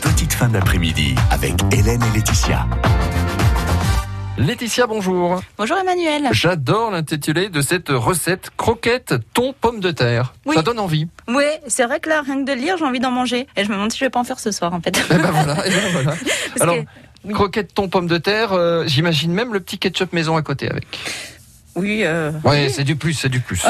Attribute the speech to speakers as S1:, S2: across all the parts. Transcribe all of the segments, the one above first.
S1: petite fin d'après-midi avec Hélène et Laetitia.
S2: Laetitia, bonjour.
S3: Bonjour Emmanuel.
S2: J'adore l'intitulé de cette recette croquette thon pomme de terre.
S3: Oui.
S2: Ça donne envie.
S3: Oui, c'est vrai que là, rien que de le lire, j'ai envie d'en manger. Et je me demande si je vais pas en faire ce soir, en fait.
S2: Eh ben voilà, eh ben voilà.
S3: Parce
S2: Alors,
S3: que- oui.
S2: croquette thon pomme de terre, euh, j'imagine même le petit ketchup maison à côté avec.
S3: oui, euh,
S2: Ouais, c'est du plus, c'est du plus.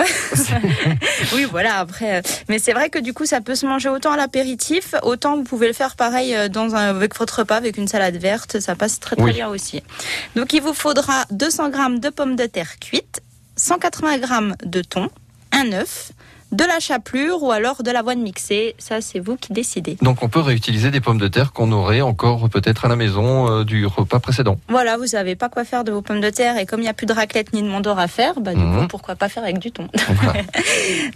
S3: oui, voilà, après. euh, Mais c'est vrai que du coup, ça peut se manger autant à l'apéritif, autant vous pouvez le faire pareil euh, dans un, avec votre repas, avec une salade verte. Ça passe très, très
S2: Oui.
S3: bien aussi. Donc, il vous faudra 200 g de pommes de terre cuites, 180 g de thon, un œuf, de la chapelure ou alors de l'avoine mixée. Ça, c'est vous qui décidez.
S2: Donc on peut réutiliser des pommes de terre qu'on aurait encore peut-être à la maison euh, du repas précédent.
S3: Voilà, vous savez pas quoi faire de vos pommes de terre et comme il n'y a plus de raclette ni de mandor à faire, bah, du
S2: Mhm.
S3: coup, pourquoi pas faire avec du thon
S2: Voilà.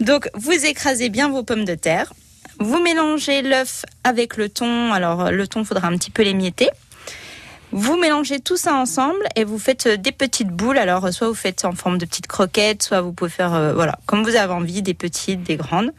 S3: Donc, vous écrasez bien vos pommes de terre, vous mélangez l'œuf avec le thon, alors euh, le thon, faudra un petit peu l'émietter. Vous mélangez tout ça ensemble et vous faites euh, des petites boules. Alors, euh, soit vous faites en forme de petites croquettes, soit vous pouvez faire, euh, voilà, comme vous avez envie, des petites, des grandes.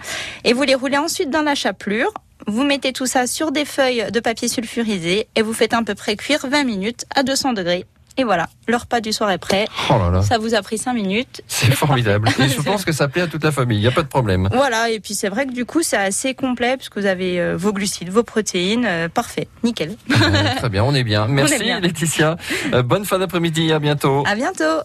S3: Et vous les roulez ensuite dans la chapelure. Vous mettez tout ça sur des feuilles de papier sulfurisé et vous faites à peu près cuire 20 minutes à 200 degrés. Et voilà, le repas du soir est prêt.
S2: Oh là là.
S3: Ça vous a pris 5 minutes.
S2: C'est formidable. Et je pense que ça plaît à toute la famille, il n'y a pas de problème.
S3: Voilà, et puis c'est vrai que du coup, c'est assez complet puisque vous avez euh, vos glucides, vos protéines. euh, parfait, nickel.
S2: Ouais, très bien, on est bien. Merci
S3: bien.
S2: Laetitia. Euh, bonne fin d'après-midi, à bientôt.
S3: À bientôt.